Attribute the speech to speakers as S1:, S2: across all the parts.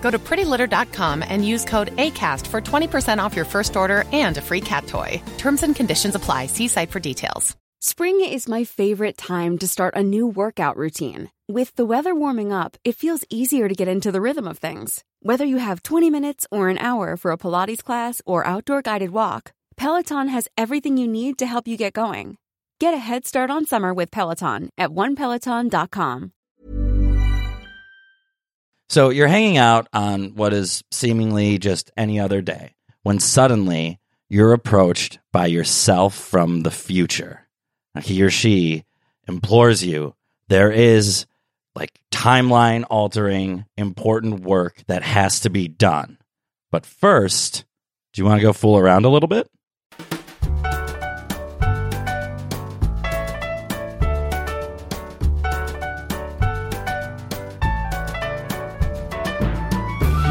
S1: Go to prettylitter.com and use code ACAST for 20% off your first order and a free cat toy. Terms and conditions apply. See site for details.
S2: Spring is my favorite time to start a new workout routine. With the weather warming up, it feels easier to get into the rhythm of things. Whether you have 20 minutes or an hour for a Pilates class or outdoor guided walk, Peloton has everything you need to help you get going. Get a head start on summer with Peloton at onepeloton.com.
S3: So you're hanging out on what is seemingly just any other day when suddenly you're approached by yourself from the future. He or she implores you there is like timeline altering important work that has to be done. But first, do you want to go fool around a little bit?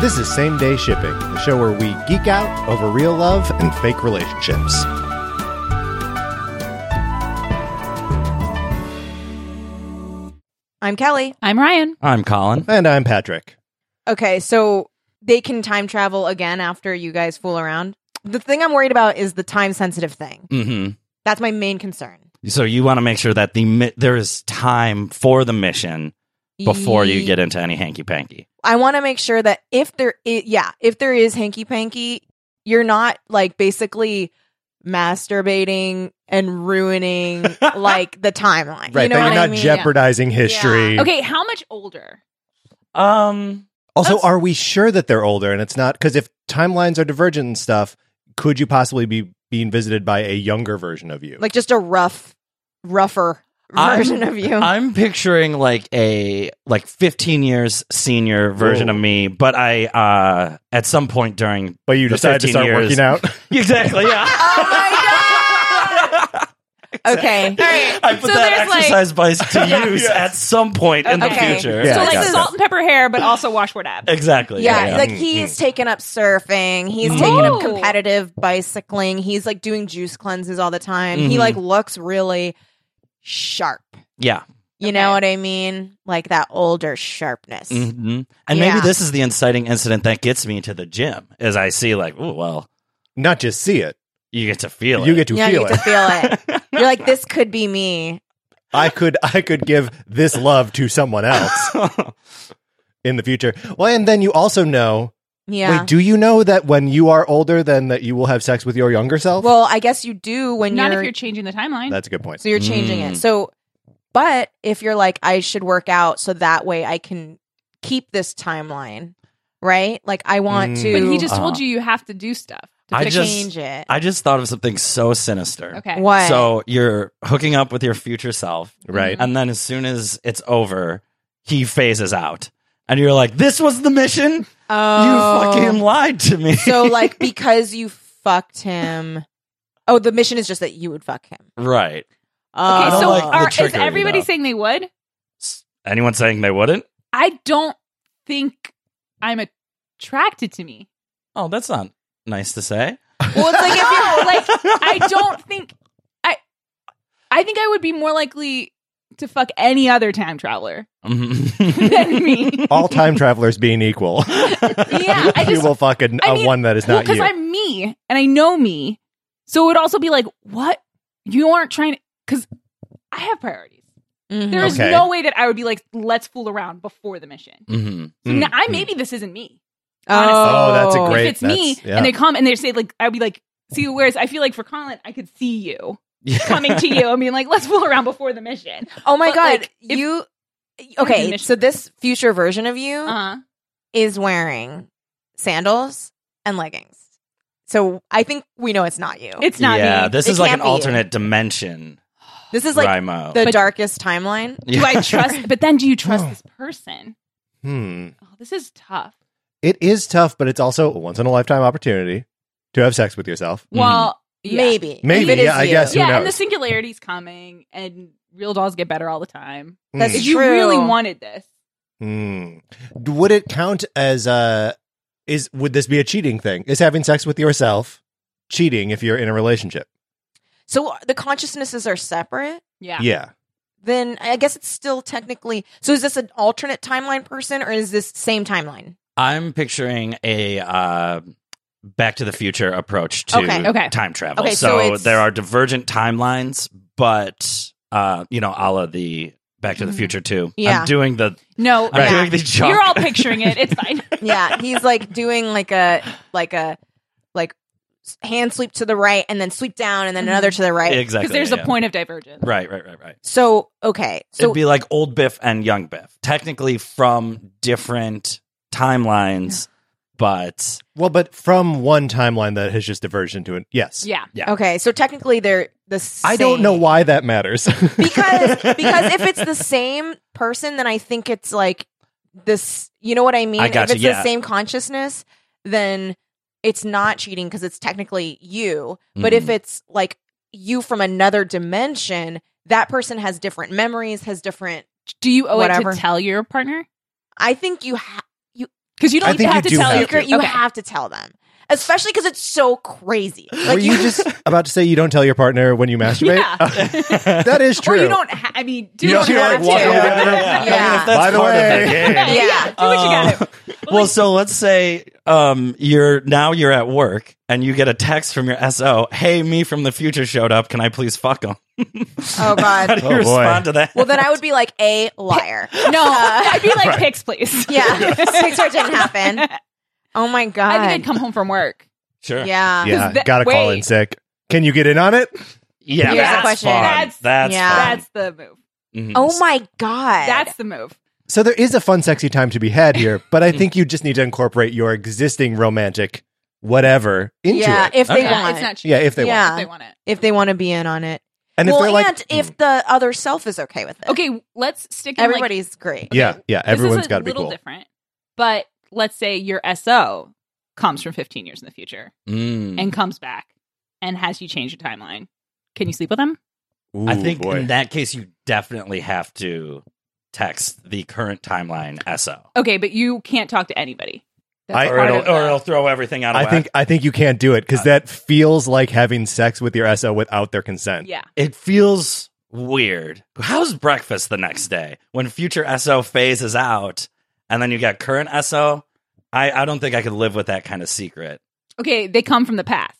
S4: This is Same Day Shipping, the show where we geek out over real love and fake relationships.
S5: I'm Kelly.
S6: I'm Ryan.
S3: I'm Colin.
S4: And I'm Patrick.
S5: Okay, so they can time travel again after you guys fool around. The thing I'm worried about is the time sensitive thing.
S3: Mm-hmm.
S5: That's my main concern.
S3: So you want to make sure that the mi- there is time for the mission before you get into any hanky panky.
S5: I want to make sure that if there is, yeah, if there is hanky panky, you're not like basically masturbating and ruining like the timeline.
S4: Right,
S5: you know
S4: that
S5: what
S4: you're
S5: I
S4: not
S5: mean?
S4: jeopardizing history.
S6: Okay, how much older?
S3: Um,
S4: Also,
S5: That's-
S4: are we sure that they're older and it's not? Because if timelines are divergent and stuff, could you possibly be being visited by a younger version of you?
S5: Like just a rough, rougher
S3: I'm-
S5: version of you.
S3: I'm picturing like a like 15 years senior version
S4: Whoa.
S3: of me, but I uh at some point during
S4: but you
S3: the
S4: decide to
S3: 15
S4: start
S3: years-
S4: working out.
S3: exactly yeah.
S5: Oh okay.
S3: I put
S6: So
S3: that
S6: there's, like-
S3: exercise device to use
S4: Yes.
S3: at some point in the
S5: Okay.
S3: future.
S4: Yeah,
S6: so
S4: I
S6: like
S4: got
S6: salt and pepper hair, but also washboard abs.
S3: Exactly.
S5: Yeah,
S4: yeah.
S5: like
S4: Mm,
S5: he's taken up surfing. He's taken
S6: Ooh.
S5: up competitive bicycling. He's like doing juice cleanses all the time.
S3: Mhm.
S5: He like looks really sharp.
S3: yeah.
S5: You know what I mean? Like that older sharpness.
S3: hmm And
S5: Yeah.
S3: maybe this is the inciting incident that gets me to the gym, is I see like, oh well,
S4: not just see it,
S3: you get to feel
S4: you
S3: it.
S4: get to
S5: yeah,
S4: feel
S5: you
S4: it.
S5: get to feel it. You're like, this could be me.
S4: I could, I could give this love to someone else in the future. Well, and then you also know.
S5: Yeah.
S4: Wait, do you know that when you are older, then that you will have sex with your younger self?
S5: well, I guess you do when
S6: Not
S5: you're,
S6: if you're changing the timeline.
S4: that's a good point.
S5: so you're changing
S3: Mm.
S5: it. So, but if you're like, I should work out so that way I can keep this timeline, right? Like I want
S4: Mm.
S5: to.
S6: but he just told
S3: Uh,
S6: you you have to do stuff.
S3: I
S5: to
S3: just-
S5: change it.
S3: I just thought of something so sinister.
S6: Okay.
S5: What?
S3: So you're hooking up with your future self,
S4: Right.
S3: And then as soon as it's over, he phases out. And you're like, this was the mission?
S5: Oh.
S3: You fucking lied to me.
S5: so like because you fucked him. Oh, the mission is just that you would fuck him.
S3: right.
S5: Oh.
S6: Okay,
S3: I don't
S6: so
S3: like the
S6: are, is
S3: trickery,
S6: everybody
S3: though.
S6: saying they would?
S3: S- Anyone saying they wouldn't?
S6: I don't think I'm attracted to me.
S3: Oh, that's not nice to say.
S5: well, it's like if you're
S6: No, like I don't think I. I think I would be more likely to fuck any other time traveler
S3: Mm-hmm.
S6: than me.
S4: All time travelers being equal,
S6: Yeah, I
S4: you
S6: just
S4: will fuck a,
S6: I
S4: a
S6: mean,
S4: one that is
S6: Well,
S4: not you.
S6: I'm me and I know me. So it would also be like, what? You aren't trying to, because I have priorities.
S5: Mm. Mm-hmm.
S6: There is
S4: Okay.
S6: no way that I would be like, let's fool around before the mission.
S3: hmm
S6: So
S4: Mm.
S6: now, I maybe this isn't me.
S4: Oh, that's a
S5: Oh.
S4: great-
S6: if it's me
S4: that's- yeah.
S6: and they come and they say like, I'd be like, see, whereas I feel like for Colin, I could see you. coming to you and being like, let's fool around before the mission.
S5: Oh my
S6: But,
S5: god,
S6: like, if-
S5: you
S6: You're in
S5: okay?
S6: mission.
S5: So this future version of you
S6: Uh,
S5: is wearing sandals and leggings. So I think we know it's not you.
S6: it's not
S3: yeah,
S6: me.
S3: this
S5: It
S3: is like an
S5: can't be.
S3: alternate dimension.
S5: this is like
S3: Raimo.
S5: the
S6: But-
S5: darkest timeline.
S6: Do I trust? But then, do you trust
S4: No.
S6: this person?
S4: Hmm.
S6: Oh, this is tough.
S4: It is tough, but it's also a once in a lifetime opportunity to have sex with yourself.
S3: Mhm.
S6: Well, yeah.
S5: Maybe,
S4: Maybe,
S5: If it is
S4: yeah, I
S5: you.
S4: guess. Who
S6: yeah, and the
S4: knows?
S6: singularity's coming, and real dolls get better all the time.
S5: That's
S6: If you
S5: true.
S6: really wanted this,
S4: Hmm. Would it count as uh is would this be a cheating thing? Is having sex with yourself cheating if you're in a relationship?
S5: So the consciousnesses are separate.
S6: yeah,
S4: Yeah.
S5: Then I guess it's still technically. So is this an alternate timeline person or is this same timeline?
S3: I'm picturing a uh, Back to the Future approach to
S5: Okay,
S6: okay.
S3: time travel.
S5: Okay, so
S3: so
S5: it's-
S3: there are divergent timelines, but uh, you know, a la the Back to the
S5: Mhm.
S3: Future too.
S5: Yeah.
S3: I'm doing the.
S6: no,
S3: I'm
S5: Right.
S3: doing the job.
S6: you're all picturing it. It's fine.
S5: Yeah, he's like doing like a like a like s- hand sweep to the right and then sweep down and then
S6: Mm-hmm.
S5: another to the right.
S3: exactly.
S6: Because there's
S3: yeah.
S6: a point of divergence.
S3: Right, right, right, right.
S5: So okay, so
S3: It'd be like old Biff and young Biff, technically from different timelines, but
S4: Well, but from one timeline that has just diverged into it. Yes.
S6: Yeah.
S5: okay, so technically they're the. Same.
S4: I don't know why that matters.
S5: because because if it's the same person, then I think it's like this. You know what I mean?
S3: I gotcha,
S5: if it's
S3: yeah.
S5: the same consciousness, then it's not cheating because it's technically you. But if
S4: Mm-hmm.
S3: Mhm.
S5: it's like you from another dimension, that person has different memories, has different.
S6: Do you owe
S5: Whatever.
S6: it to tell your partner?
S5: I think you ha-
S6: Because you
S4: I
S6: don't
S4: think you
S6: have to
S4: do
S6: tell
S4: have
S6: your
S4: to.
S5: you
S6: Okay.
S5: have to tell them, especially because it's so crazy.
S4: Were you just about to say you don't tell your partner when you masturbate?
S6: Yeah.
S4: that is true.
S6: Or you don't. Ha- I mean, do
S4: You
S6: what
S4: don't
S6: you
S4: like,
S6: gotta
S4: walk
S6: do.
S4: over there.
S6: yeah.
S5: Yeah.
S3: That's
S4: By the
S3: part
S4: way.
S3: of the game.
S6: Yeah.
S5: Yeah.
S6: Do what you
S3: Um,
S6: got to.
S3: well, so let's say um, you're now you're at work and you get a text from your SO, "Hey, me from the future showed up. Can I please fuck him?"
S5: Oh, God.
S3: How do you
S4: Oh, boy.
S3: respond to that?
S5: Well, then I would be like a liar.
S6: No,
S5: Uh,
S6: I'd be like, pics, please.
S5: yeah, Pixar didn't happen. Oh my god!
S6: I think I'd come home from work.
S3: sure.
S5: Yeah.
S4: yeah,
S6: that-
S4: gotta call
S6: wait.
S4: in sick. Can you get in on it?
S3: Yeah,
S6: Here's the
S3: that's
S5: question.
S3: fun.
S6: That's-
S3: That's,
S5: yeah.
S3: fun.
S6: That's the move.
S3: Mhm.
S5: Oh my god.
S6: That's the move.
S4: So there is a fun, sexy time to be had here, but I think you just need to incorporate your existing romantic whatever into
S5: yeah.
S4: it.
S5: If they
S3: Okay.
S5: want,
S6: It's not cheap.
S4: yeah, if they
S5: Yeah.
S4: want.
S6: If they want it.
S5: if they want to be in on it,
S4: And
S5: well,
S4: if they're like, Mm.
S5: and if the other self is okay with it,
S6: Okay, let's stick in like,
S5: everybody's great.
S4: yeah, yeah,
S6: This is
S4: everyone's
S6: a
S4: got to be
S6: little
S4: cool.
S6: different. But let's say your SO comes from 15 years in the future
S3: Mm.
S4: Mm-hmm.
S6: and comes back and has you change your timeline. Can you sleep with him?
S3: I think in that case you definitely have to text the current timeline SO.
S6: Okay, but you can't talk to anybody.
S4: I-
S3: or,
S6: part
S3: it'll,
S6: of the-
S3: or it'll throw everything out of
S4: I
S3: whack.
S4: think I think you can't do it because that feels like having sex with your SO without their consent.
S6: Yeah.
S3: it feels weird. How's breakfast the next day when future SO phases out and then you got current SO? I, I don't think I could live with that kind of secret.
S6: Okay, they come from the past.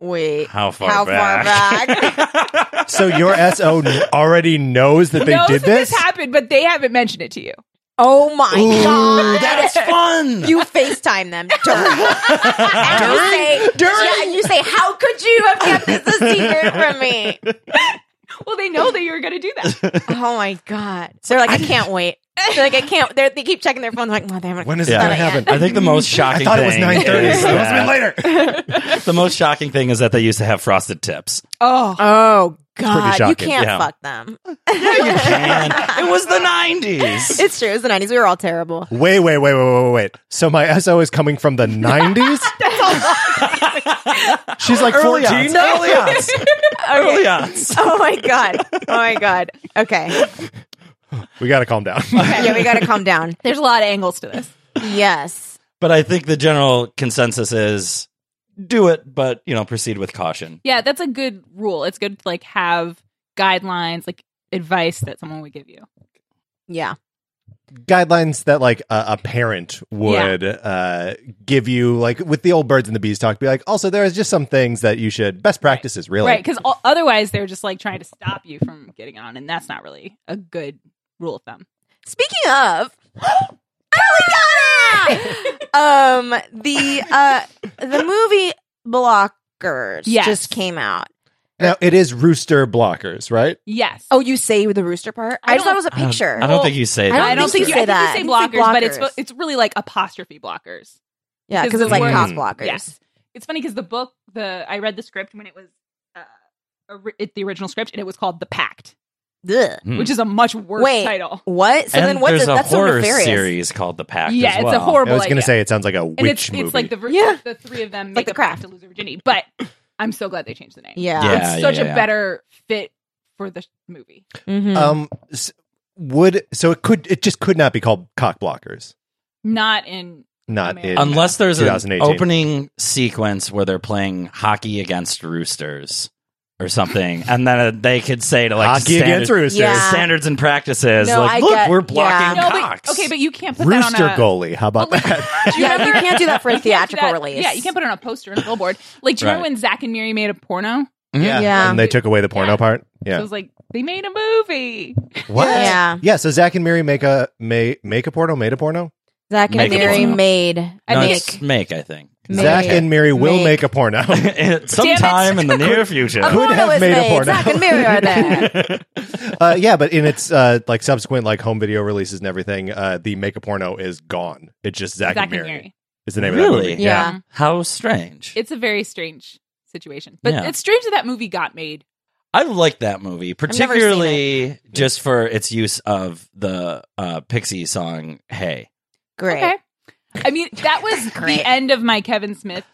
S5: Wait.
S3: How far
S5: How far
S3: back? back?
S4: So your SO already knows that they
S6: Knows
S4: did
S6: that
S4: this.
S6: happened, but they haven't mentioned it to you.
S5: Oh my god.
S3: that is fun.
S5: You FaceTime them during. and you say, Yeah, and you say, how could you have kept this a secret from me?
S6: Well, they know that you're going to do that.
S5: Oh my god! So they're like, I can't wait. They're like, I can't. They're, they keep checking their phones. Like, well, they haven't.
S4: when is
S3: Yeah.
S4: it going to
S5: Not yet.
S4: happen?
S3: I think the most shocking
S4: I thought it was
S3: thing
S4: nine thirty.
S3: is
S4: It must
S3: that-
S4: be later.
S3: the most shocking thing is that they used to have frosted tips.
S6: oh,
S5: Oh
S4: pretty
S5: god! You
S4: shocking.
S5: can't
S3: Yeah.
S5: fuck them.
S3: Man, it was the 90s.
S5: It's true. It was the nineties. We were all terrible.
S4: Wait, wait, wait, wait, wait, wait, wait. So my SO is coming from the 90s? She's like 14
S3: Early ons.
S4: now?
S3: Early ons. Early ons.
S5: Oh my god! Oh my god! Okay.
S4: We got to calm down.
S5: Yeah, we got to calm down.
S6: there's a lot of angles to this.
S5: Yes.
S3: But I think the general consensus is do it, but you know, proceed with caution.
S6: Yeah, that's a good rule. It's good to like have guidelines, like advice that someone would give you.
S5: Yeah.
S4: Guidelines that like a a parent would uh, give you, like with the old birds and the bees talk, be like, also, there is just some things that you should, best practices, really.
S6: Right, because otherwise they're just like trying to stop you from getting on, and that's not really a good rule of thumb.
S5: Speaking of Kelly got it! um the uh the movie Blockers
S6: Yes.
S5: just came out.
S4: Now it is rooster blockers, right?
S6: Yes.
S5: Oh, you say the rooster part? I,
S6: I
S5: just thought it
S6: don't-
S5: was a
S3: I don't-
S5: picture.
S3: Um, I don't, think you say
S5: I
S3: that.
S6: I don't think, you,
S5: say
S6: I
S5: that.
S6: think you say
S5: I
S6: blockers,
S5: think it's
S6: but it's
S5: blockers.
S6: it's really like apostrophe blockers.
S5: yeah, because
S6: because
S5: it's like
S6: the
S5: cock
S3: word-
S5: blockers.
S6: Yes. It's funny because the book, the I read the script when it was uh, ori- it, the original script, and it was called The Pact,
S5: Ugh.
S3: Hmm.
S6: which is a much worse
S5: Wait.
S6: title.
S5: What? So
S3: and
S5: then what's
S3: there's
S5: it?
S3: a
S5: That's so
S3: horror
S5: nefarious.
S3: series called The Pact.
S6: Yeah,
S3: as
S6: it's a
S3: well.
S6: horrible-
S4: I was going to
S6: idea.
S4: say it sounds like a witch
S6: And it's
S4: movie.
S6: it's like the ver-
S5: Yeah.
S6: the three of them
S5: Like
S6: make
S5: The
S6: a pact
S5: Craft.
S6: to lose their virginity. But I'm so glad they changed the name.
S5: Yeah.
S3: Ah, Yeah,
S6: it's such
S3: yeah,
S6: a
S3: yeah.
S6: better fit for the sh- movie.
S5: Mhm.
S4: um s- would so it could it just could not be called cock blockers.
S6: Not in
S4: Not
S6: America.
S4: in
S3: Unless there's an
S4: 2018.
S3: opening sequence where they're playing hockey against roosters or something, and then uh, they could say to like
S4: hockey
S3: standard-
S4: against roosters.
S5: Yeah.
S3: standards and practices,
S5: No,
S3: like
S5: I
S3: look,
S5: get-
S3: we're blocking
S5: yeah.
S6: no,
S3: cocks.
S6: but okay, but you can't put that
S4: Rooster
S6: on a
S4: goalie. How about
S6: Well, like-
S4: that?
S6: Do you
S5: Yeah,
S6: remember-
S5: you can't do that for a
S6: you can't do
S5: theatrical
S6: that-
S5: release.
S6: Yeah, you can't put it on a poster and a billboard. Like, do you
S3: Right.
S6: remember when Zach and Miri made a porno?
S5: yeah.
S4: And they took away the porno
S6: Yeah.
S4: part.
S6: So it
S4: Yeah.
S6: was like they made a movie.
S4: What?
S5: Yeah.
S4: Yeah. So Zach and Miri make a may, make a porno, made a porno.
S5: Zach and
S3: Make it
S5: Mary
S3: porno.
S5: made.
S6: I
S3: no,
S6: think-
S3: it's make. I think
S5: Make.
S4: Zach and Mary will
S5: Make.
S4: make a porno.
S3: sometime in the near future.
S5: A
S4: Could
S5: porno
S4: have
S5: is
S4: made a
S5: made.
S4: porno.
S5: Zach and Mary are there.
S4: uh, yeah, but in its uh, like subsequent like home video releases and everything, uh, the make a porno is gone. It's just Zach, and Mary is the name of that
S3: Really?
S4: movie.
S5: Yeah.
S3: How strange!
S6: It's a very strange situation, but
S3: Yeah.
S6: it's strange that that movie got made.
S3: I like that movie,
S5: never seen
S3: particularly just for its use of the uh, Pixie song "Hey."
S5: Great.
S6: Okay, I mean that was
S5: Great.
S6: the end of my Kevin Smith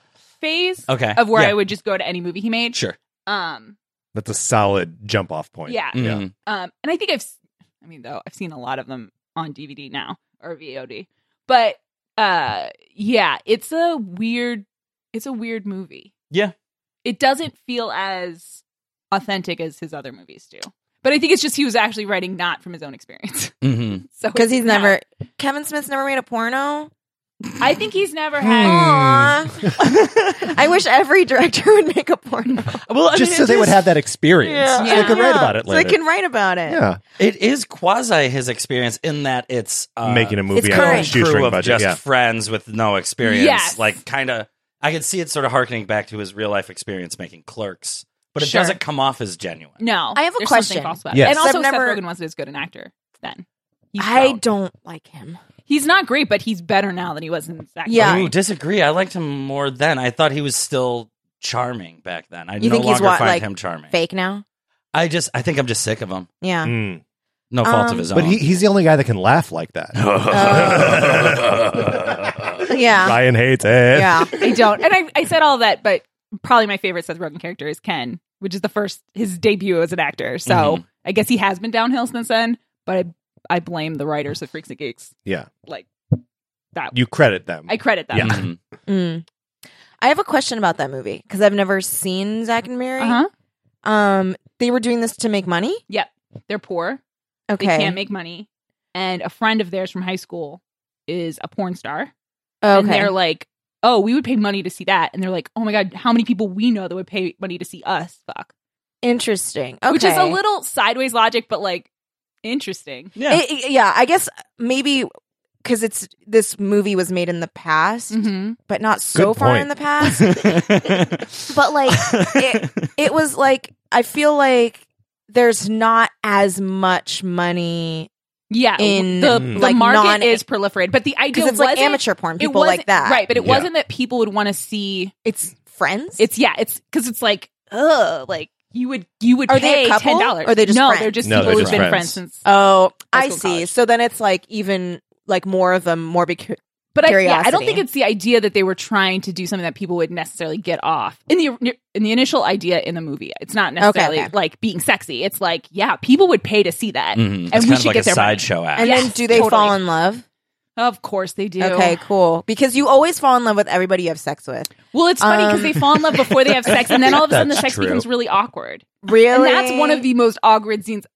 S6: phase
S3: Okay,
S6: of where
S4: Yeah.
S6: I would just go to any movie he made.
S3: sure.
S6: Um,
S4: That's a solid jump off point.
S6: yeah,
S3: Mhm.
S6: Um, and I think I've, s- I mean, though I've seen a lot of them on DVD now or VOD, but uh, yeah, it's a weird, it's a weird movie.
S3: Yeah.
S6: it doesn't feel as authentic as his other movies do. But I think it's just he was actually writing not from his own experience.
S3: Mhm.
S6: So
S5: Because he's
S6: it's not-
S5: never. Kevin Smith's never made a porno.
S6: I think he's
S5: Hmm.
S6: never
S3: Hmm.
S4: Hmm.
S6: had.
S5: Aw. I wish every director would make a porno.
S3: Well, I
S4: Just
S3: mean,
S4: so
S3: it
S4: they would
S3: is-
S4: have that experience.
S5: Yeah.
S4: So they could write
S5: Yeah.
S4: about it
S5: So they
S4: later.
S5: can write about it.
S4: yeah.
S3: It is quasi his experience in that it's uh,
S4: Making a movie on a
S5: It's current.
S3: crew
S4: shoestring
S3: of
S4: budget.
S3: just
S4: yeah.
S3: friends with no experience.
S6: Yes.
S3: Like kind of, I could see it sort of harkening back to his real life experience making clerks, but it
S5: Sure.
S3: doesn't come off as genuine.
S6: No,
S5: I have a
S6: there's something
S5: question.
S6: false about it.
S4: Yes.
S6: And
S5: I've
S6: also,
S5: never-
S6: Seth Rogen wasn't as good an actor then. He's
S5: I
S6: grown.
S5: don't like him.
S6: He's not great, but he's better now than he was in Zack.
S5: Yeah.
S3: Ooh, disagree. I liked him more then. I thought he was still charming back then. I
S5: You
S3: no
S5: think he's
S3: longer
S5: what,
S3: find
S5: like,
S3: him charming.
S5: Fake now.
S3: I just, I think I'm just sick of him.
S5: Yeah.
S4: Mm.
S3: No fault
S5: Um,
S3: of his own.
S4: But he, he's the only guy that can laugh like that.
S6: Oh.
S5: Yeah.
S4: Ryan hates it.
S5: Yeah.
S6: I don't. And I, I said all that, but probably my favorite Seth Rogen character is Ken, which is the first his debut as an actor. So
S3: Mhm.
S6: I guess he has been downhill since then. But I, I blame the writers of Freaks and Geeks.
S4: Yeah.
S6: Like that.
S4: You credit them.
S6: I credit them.
S3: Mhm.
S5: Mm. I have a question about that movie because I've never seen Zach and Mary.
S6: Uh huh.
S4: Uh-huh.
S5: Um, they were doing this to make money.
S6: They're poor.
S5: Okay.
S6: They can't make money. And a friend of theirs from high school is a porn star. And
S5: okay.
S6: they're like, oh, we would pay money to see that. And they're like, oh my God, how many people we know that would pay money to see us? Fuck.
S5: Interesting. Okay.
S6: Which is a little sideways logic, but like interesting.
S3: Yeah.
S5: It- it- yeah. I guess maybe because it's this movie was made in the past,
S6: Mm-hmm.
S5: but not so
S4: Good
S5: far
S4: point.
S5: in the past.
S3: Mm-hmm.
S5: but like it, it was like I feel like there's not as much money
S6: Yeah,
S5: in,
S6: the, the
S5: like,
S6: market
S5: non-
S6: is proliferated, but the idea
S5: because it's
S6: was
S5: like amateur porn. People like that,
S6: right? But it
S4: Yeah.
S6: wasn't that people would want to see.
S5: It's friends.
S6: It's yeah, it's because it's like ugh, like you would you would
S5: Are they
S6: pay
S5: a couple,
S6: ten dollars.
S5: or are they just
S6: no,
S5: friends?
S6: they're just
S4: No,
S6: people
S4: they're
S6: who've
S4: just
S6: been
S4: friends.
S6: friends since.
S5: oh,
S6: High
S5: I
S6: school,
S5: see.
S6: college.
S5: So then it's like even like more of a morbid. cu-
S6: But I, yeah, I don't
S5: Curiosity.
S6: think it's the idea that they were trying to do something that people would necessarily get off in the in the initial idea in the movie. It's not necessarily
S5: okay.
S6: like being sexy. It's like yeah, people would pay to see that.
S3: Mhm. It's
S6: And we
S3: kind of
S6: should
S3: like
S6: get
S3: a
S6: their money.
S3: sideshow act.
S5: And
S6: Yes,
S5: then do they
S6: totally.
S5: fall in love?
S6: Of course they do.
S5: Okay, cool. Because you always fall in love with everybody you have sex with.
S6: Well, it's funny because
S5: Um,
S6: they fall in love before they have sex, and then all of a sudden the
S4: That's
S6: sex
S4: true.
S6: becomes really awkward.
S5: Really?
S6: And that's one of the most awkward scenes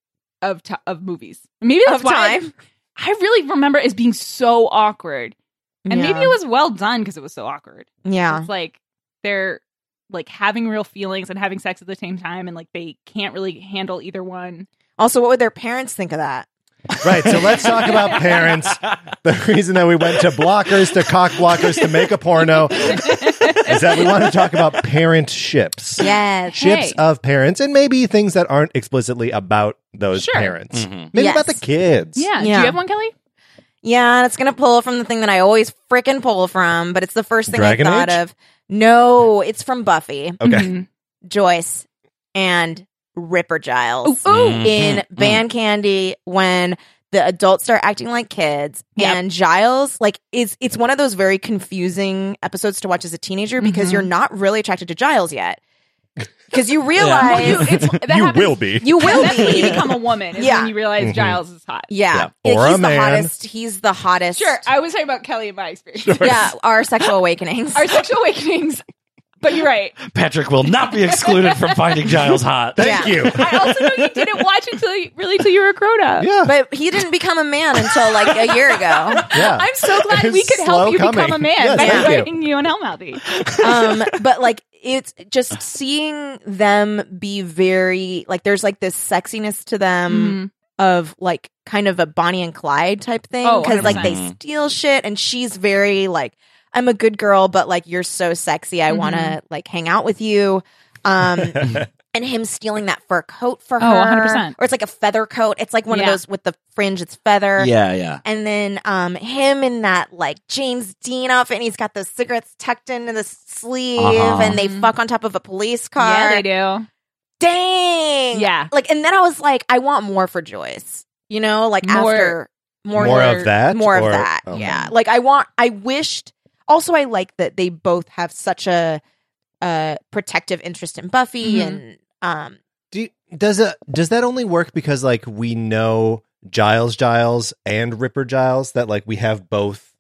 S6: of ti of movies. Maybe that's
S5: of
S6: why
S5: time.
S6: I really remember it as being so awkward. And maybe it was well done because it was so awkward.
S5: Yeah.
S6: It's like they're like having real feelings and having sex at the same time and like they can't really handle either one.
S5: Also, what would their parents think of that?
S4: Right. So let's talk about parents. The reason that we went to blockers to cock blockers to make a porno is that we want to talk about parent ships.
S5: Yes.
S4: Ships
S6: Hey.
S4: of parents and maybe things that aren't explicitly about those
S6: Sure.
S4: parents.
S3: Mhm.
S4: Maybe
S5: Yes.
S4: about the kids.
S6: Yeah. Do you
S5: Yeah.
S6: have one, Kelly?
S5: Yeah, and it's gonna pull from the thing that I always frickin' pull from, but it's the first thing
S4: Dragon
S5: I thought
S4: Age?
S5: of. No, it's from Buffy,
S4: Okay.
S6: Mhm.
S5: Joyce, and Ripper Giles
S6: Ooh,
S4: Mm-hmm.
S6: ooh.
S3: Mm,
S5: in
S3: mm, mm.
S5: Band Candy when the adults start acting like kids
S6: Yep.
S5: and Giles like is it's one of those very confusing episodes to watch as a teenager because
S6: Mhm.
S5: you're not really attracted to Giles yet. Because you
S6: Well,
S5: realize
S6: you, it's, that
S4: you
S6: happens-
S4: will be.
S5: you will
S6: That's when you
S5: be.
S6: become a woman. Is
S5: Yeah.
S6: when you realize
S4: Mhm.
S6: Giles is hot.
S5: Yeah.
S4: Yeah. Or
S5: he's
S4: a
S5: the
S4: man.
S5: hottest. He's the hottest.
S6: Sure. I was talking about Kelly and my experience.
S5: yeah, our sexual awakenings.
S6: Our sexual awakenings. But you're right.
S3: Patrick will not be excluded from finding Giles hot.
S4: Thank
S5: Yeah.
S4: you.
S6: I also know you didn't watch until you, really till you were grown up.
S4: yeah.
S5: but he didn't become a man until like a year ago.
S4: yeah.
S6: I'm so glad we
S4: It's
S6: could
S4: slow
S6: help you
S4: coming.
S6: become a man
S4: Yes,
S6: by
S5: thank
S4: you.
S6: writing you on Hellmouthy.
S5: um but like it's just seeing them be very like there's like this sexiness to them of like kind of a Bonnie and Clyde type thing
S6: Mm-hmm. Oh,
S5: because like they
S3: 100%.
S5: steal shit and she's very like I'm a good girl but like you're so sexy I want to
S6: Mm-hmm.
S5: like hang out with you um and him stealing that fur coat
S6: Oh,
S5: for her
S6: 100%.
S5: or it's like a feather coat it's like one of
S6: Yeah.
S5: those with the fringe it's feather
S3: Yeah, yeah.
S5: and then um him in that like James Dean outfit, and he's got those cigarettes tucked into the sleeve,
S3: Uh-huh.
S5: and they fuck on top of a police car.
S6: Yeah, they do.
S5: Dang,
S6: Yeah.
S5: Like, and then I was like, I want more for Joyce. You know, like
S6: More-
S5: after more,
S4: More of
S5: her-
S4: that,
S5: more
S4: or- oh.
S5: of that.
S4: okay.
S5: Yeah, like I want. I wished. Also, I like that they both have such a uh protective interest in Buffy,
S6: Mhm.
S5: and um,
S4: Do you, does it does that only work because like we know Giles Giles and Ripper Giles that like we have both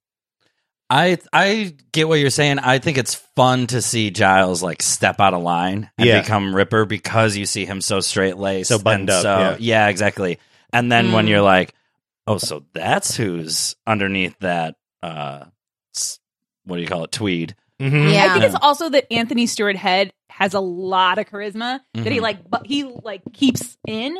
S3: I I get what you're saying. I think it's fun to see Giles like step out of line and
S4: Yeah.
S3: become Ripper because you see him so straight laced,
S4: So buttoned up, yeah.
S3: yeah. exactly. And then when
S6: Mm.
S3: you're like, oh, so that's who's underneath that. uh s- What do you call it? Tweed.
S1: Mm-hmm.
S5: yeah,
S6: I think it's also that Anthony Stewart Head has a lot of charisma that he
S3: Mhm.
S6: like but he like keeps in.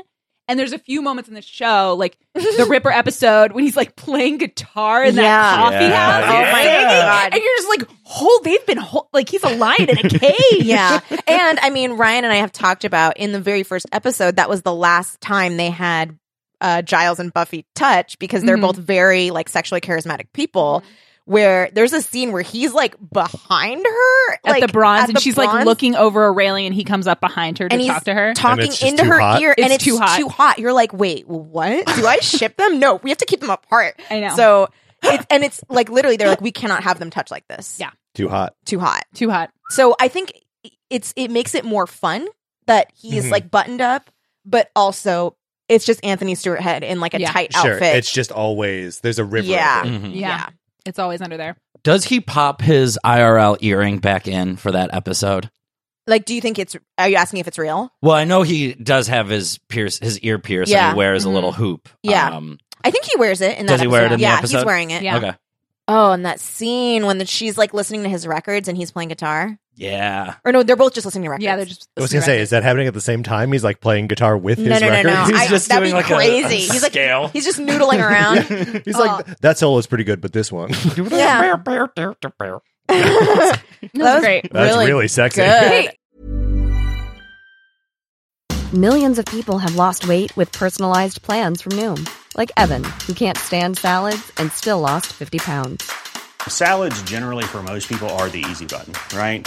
S6: And there's a few moments in the show, like the Ripper episode, when he's like playing guitar in
S5: Yeah.
S6: that coffee
S3: Yeah.
S6: house,
S3: Oh my
S6: singing,
S5: God.
S6: and you're just like, "Hold, they've been hol- like he's a lion in a cage."
S5: yeah. And I mean, Ryan and I have talked about in the very first episode, that was the last time they had uh, Giles and Buffy touch because they're
S6: Mhm.
S5: both very like sexually charismatic people. Where there's a scene where he's like behind her
S6: at
S5: like,
S6: the bronze,
S5: at
S6: and
S5: the
S6: she's like
S5: bronze,
S6: looking over a railing, and he comes up behind her
S5: And
S6: to
S5: he's
S6: talk to her.
S5: talking
S4: it's just
S5: into
S4: too
S5: her
S4: hot.
S5: ear, and
S6: It's
S5: it's
S6: too hot.
S5: Too hot. You're like, wait, what? Do I ship them? No, we have to keep them apart.
S6: I know.
S5: So, it's, and it's like literally, they're like, we cannot have them touch like this.
S6: Yeah.
S4: too hot.
S5: too hot.
S6: Too hot.
S5: So I think it's it makes it more fun that he is
S3: Mm-hmm.
S4: Mhm.
S5: like buttoned up, but also it's just Anthony Stewart Head in like a
S6: Yeah.
S5: tight
S4: Sure.
S5: outfit.
S4: It's just always there's a river.
S5: Yeah.
S4: over it.
S3: Mhm.
S6: Yeah. It's always under there.
S3: Does he pop his IRL earring back in for that episode?
S5: Like, do you think it's? Are you asking if it's real?
S3: Well, I know he does have his pierce, his ear pierced, and
S5: Yeah.
S3: he wears
S6: Mhm.
S3: a little hoop.
S5: Yeah.
S3: Um,
S5: I think he wears it in that.
S3: Does he wear it
S5: episode.
S3: in the
S5: yeah, he's
S3: episode?
S5: wearing it.
S6: Yeah.
S3: Okay.
S5: Oh, and that scene when the, she's like listening to his records and he's playing guitar.
S3: Yeah.
S5: Or no, they're both just listening to records.
S6: Yeah, they're just.
S4: I was gonna say, is that happening at the same time? He's like playing guitar with
S5: No,
S4: his
S5: no, no,
S4: record.
S5: no.
S3: He's
S5: I-
S3: just
S5: that'd
S3: doing
S5: be
S3: like a-
S5: crazy.
S3: a
S5: He's like-
S3: scale.
S5: He's just noodling around. Oh.
S4: He's like that solo is pretty good, but this one
S5: yeah, that
S6: That was great.
S4: that's really, sexy.
S5: good.
S6: Hey,
S7: Millions of people have lost weight with personalized plans from Noom, like Evan, who can't stand salads and still lost 50 pounds.
S8: Salads, generally, for most people, are the easy button, right?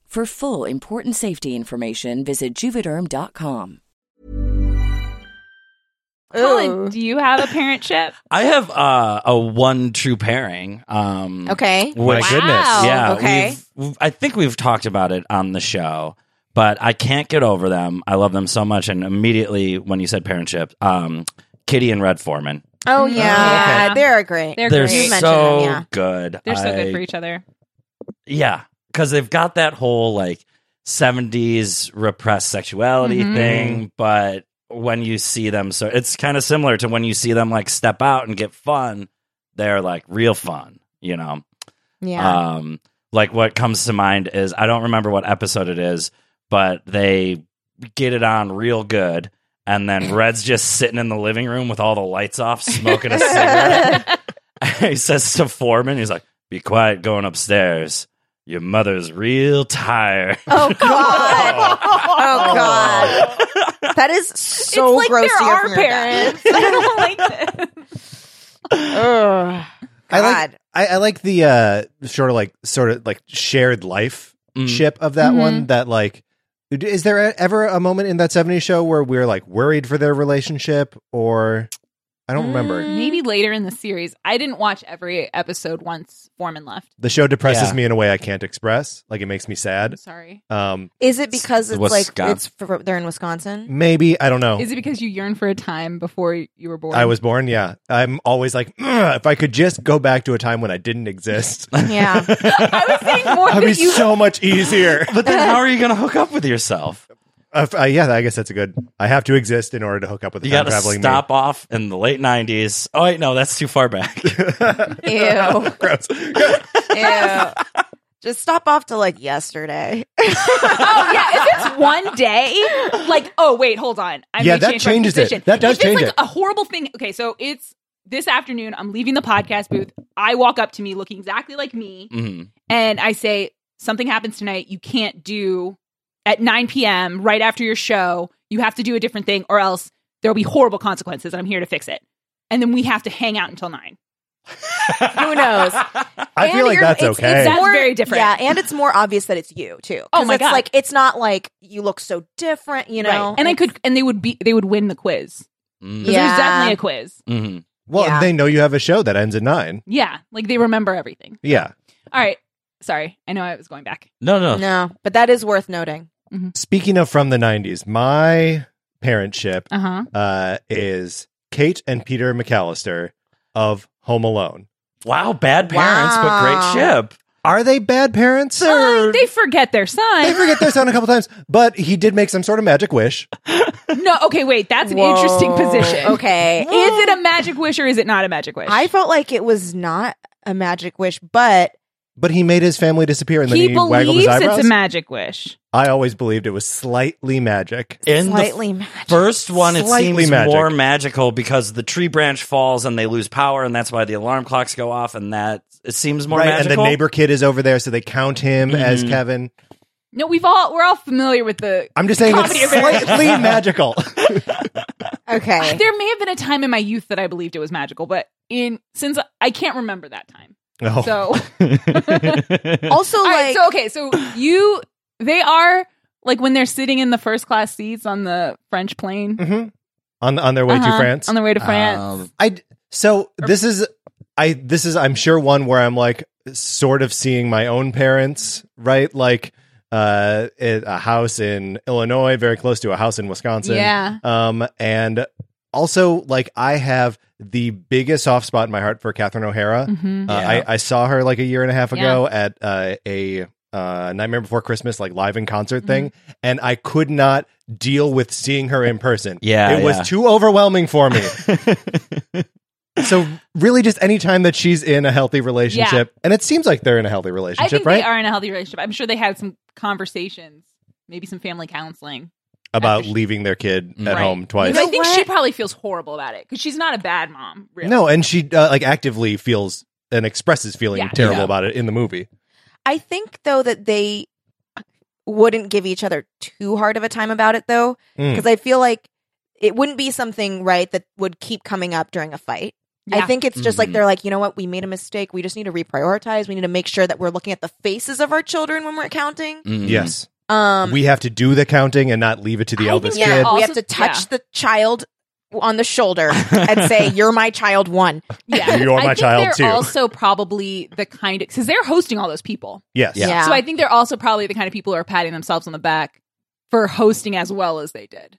S9: For full important safety information, visit juvederm.com.
S6: Colin, do you have a parent ship?
S3: I have uh, a one true pairing. Um,
S5: Okay.
S3: which-
S5: My goodness. Wow.
S3: Yeah.
S5: Okay.
S3: we've- we've- I think we've talked about it on the show, but I can't get over them. I love them so much. And immediately when you said parentship, um, Kitty and Red Foreman.
S5: Oh
S6: Mm.
S5: yeah,
S6: Okay.
S5: they're great.
S6: They're,
S3: They're
S6: great.
S5: You mentioned
S3: so
S5: them, yeah.
S3: good.
S6: They're so
S3: I-
S6: good for each other.
S3: Yeah, because they've got that whole like 70s repressed sexuality
S6: Mhm.
S3: thing, but when you see them, so it's kind of similar to when you see them like step out and get fun, they're like real fun, you know?
S5: yeah.
S3: Um, like what comes to mind is I don't remember what episode it is, but they get it on real good. And then Red's just sitting in the living room with all the lights off, smoking a cigarette. he says to Foreman, he's like, Be quiet going upstairs. Your mother's real tired.
S5: oh god. oh god. That is so
S6: it's like
S5: gross. to
S6: they're
S5: hear
S6: our
S5: from your
S6: parents.
S5: dad.
S6: I don't like this.
S5: Ugh.
S4: I like
S5: God.
S4: I, I like the uh sort of like sort of like shared life
S3: Mm.
S4: ship of that
S6: Mm-hmm.
S4: one that like is there e-, ever a moment in that 70s show where we're like worried for their relationship or I don't remember.
S6: Maybe later in the series. I didn't watch every episode once Foreman left.
S4: The show depresses
S3: Yeah.
S4: me in a way I can't express. Like it makes me
S6: I'm
S4: sad.
S6: sorry.
S4: Um
S5: Is it because it's like
S3: Wisconsin.
S5: it's fr- they're in Wisconsin?
S4: maybe I don't know.
S6: Is it because you yearned for a time before you were born?
S4: I was born, yeah. I'm always like, "Ugh, if I could just go back to a time when I didn't exist,
S5: Yeah.
S6: I was saying more
S4: I'd
S6: that
S4: be
S6: you.
S4: so much easier.
S3: But then how are you going to hook up with yourself?
S4: Uh, f- uh, yeah, I guess that's a good. I have to exist in order to hook up with the
S3: You
S4: time
S3: got to
S4: traveling. me.
S3: stop off in the late 90s. Oh, wait, no, that's too far back.
S5: Ew.
S4: Gross.
S5: Ew. Just stop off to like yesterday.
S6: oh yeah, if it's one day, like oh wait, hold on. I
S4: Yeah,
S6: may
S4: that
S6: change my
S4: changes it.
S6: position.
S4: That does
S6: If it's,
S4: change
S6: like,
S4: it.
S6: A horrible thing. Okay, so it's this afternoon. I'm leaving the podcast booth. I walk up to me looking exactly like me,
S3: Mhm.
S6: and I say something happens tonight. You can't do at 9 p.m. right after your show. You have to do a different thing, or else there will be horrible consequences. And I'm here to fix it. And then we have to hang out until nine.
S5: Who knows?
S4: I feel like
S5: you're-
S4: that's
S5: it's-
S4: okay.
S5: it's
S6: That's very different.
S5: Yeah, and it's more obvious that it's you too. 'Cause
S6: Oh my
S5: it's
S6: God.
S5: Like it's not like you look so different, you know.
S6: Right. and I could, and they would be, they would win the quiz.
S3: Mm.
S6: 'Cause
S5: Yeah.
S6: There's definitely a quiz.
S3: Mhm.
S4: well,
S5: Yeah.
S4: they know you have a show that ends at nine.
S6: Yeah, like they remember everything.
S4: Yeah.
S6: All right. Sorry. I know I was going back.
S3: No, no.
S5: No, but that is worth noting.
S4: Speaking of from the '90s, my parentship
S6: Uh
S5: Uh-huh.
S6: huh.
S4: uh, is Kate and Peter McAllister of Home Alone.
S3: Wow, bad parents,
S5: Wow.
S3: but great ship.
S4: Are they bad parents? or-
S6: They forget their
S4: I
S6: son.
S4: forget their son a couple times, but he did make some sort of magic wish.
S6: no, okay, wait. That's an
S5: Whoa.
S6: interesting position.
S5: Okay.
S6: Is it a magic wish or is it not a magic wish?
S5: I felt like it was not a magic wish, but
S4: But he made his family disappear, and then
S6: he
S4: he, waggled his
S6: believes
S4: eyebrows.
S6: it's a magic wish.
S4: I always believed it was slightly magic.
S3: In the
S5: slightly magic.
S3: first one, it
S4: Slightly
S3: seems
S4: magic.
S3: more magical because the tree branch falls and they lose power, and that's why the alarm clocks go off, and that it seems more
S4: right,
S3: magical.
S4: and the neighbor kid is over there, so they count him as
S3: Mhm.
S4: Kevin.
S6: No, we've all we're all familiar with the
S4: I'm just saying
S6: Comedy
S4: it's
S6: of errors.
S4: slightly magical.
S5: Okay.
S6: There may have been a time in my youth that I believed it was magical, but in since I can't remember that time.
S4: Oh.
S6: So
S5: also
S6: All
S5: like
S6: right, so okay, so you they are like when they're sitting in the first class seats on the French plane
S4: Mhm. on on their way to
S6: Uh-huh,
S4: France. Ah,
S6: On their way to France.
S3: Um,
S4: I so this is I this is I'm sure one where I'm like sort of seeing my own parents, right? Like uh, at a house in Illinois, very close to a house in Wisconsin.
S6: yeah.
S4: Um, and also like I have the biggest soft spot in my heart for Catherine O'Hara.
S6: Mhm.
S4: Uh,
S3: Yeah.
S4: I, I saw her like a year and a half ago at uh, a uh, Nightmare Before Christmas like live in
S6: Mm-hmm.
S4: concert thing, and I could not deal with seeing her in person.
S3: Yeah,
S4: it
S3: yeah.
S4: was too overwhelming for me. so really, just any time that she's in a healthy relationship, and it seems like they're in a healthy
S6: I
S4: relationship,
S6: think
S4: right?
S6: they are in a healthy relationship. I'm sure they had some conversations maybe some family counseling.
S4: about
S6: After she-
S4: leaving their kid at
S3: Right.
S4: home twice.
S6: Mm. Because
S5: You
S6: I
S5: know
S6: think
S5: what?
S6: she probably feels horrible about it because she's not a bad mom. Really.
S4: No, and she uh, like actively feels and expresses feeling
S6: Yeah.
S4: terrible
S3: Yeah.
S4: about it in the movie.
S5: I think though that they wouldn't give each other too hard of a time about it though,
S4: Mm.
S5: because I feel like it wouldn't be something right that would keep coming up during a fight. I
S6: Yeah.
S5: think it's just like
S3: Mhm.
S5: they're like, you know what, we made a mistake. We just need to reprioritize. We need to make sure that we're looking at the faces of our children when we're counting.
S6: Mm-hmm.
S3: Mhm.
S4: Yes,
S5: Um,
S4: we have to do the counting and not leave it to the
S6: I
S4: eldest
S6: think-
S5: yeah,
S4: kid.
S6: Also-
S5: we have to touch
S6: yeah.
S5: the child on the shoulder and say, "You're my child one."
S6: Yeah.
S4: You're my
S6: I think
S4: child,
S6: they're
S4: too.
S6: also probably the kind of because they're hosting all those people.
S4: Yes,
S3: Yeah.
S6: So I think they're also probably the kind of people who are patting themselves on the back for hosting as well as they did.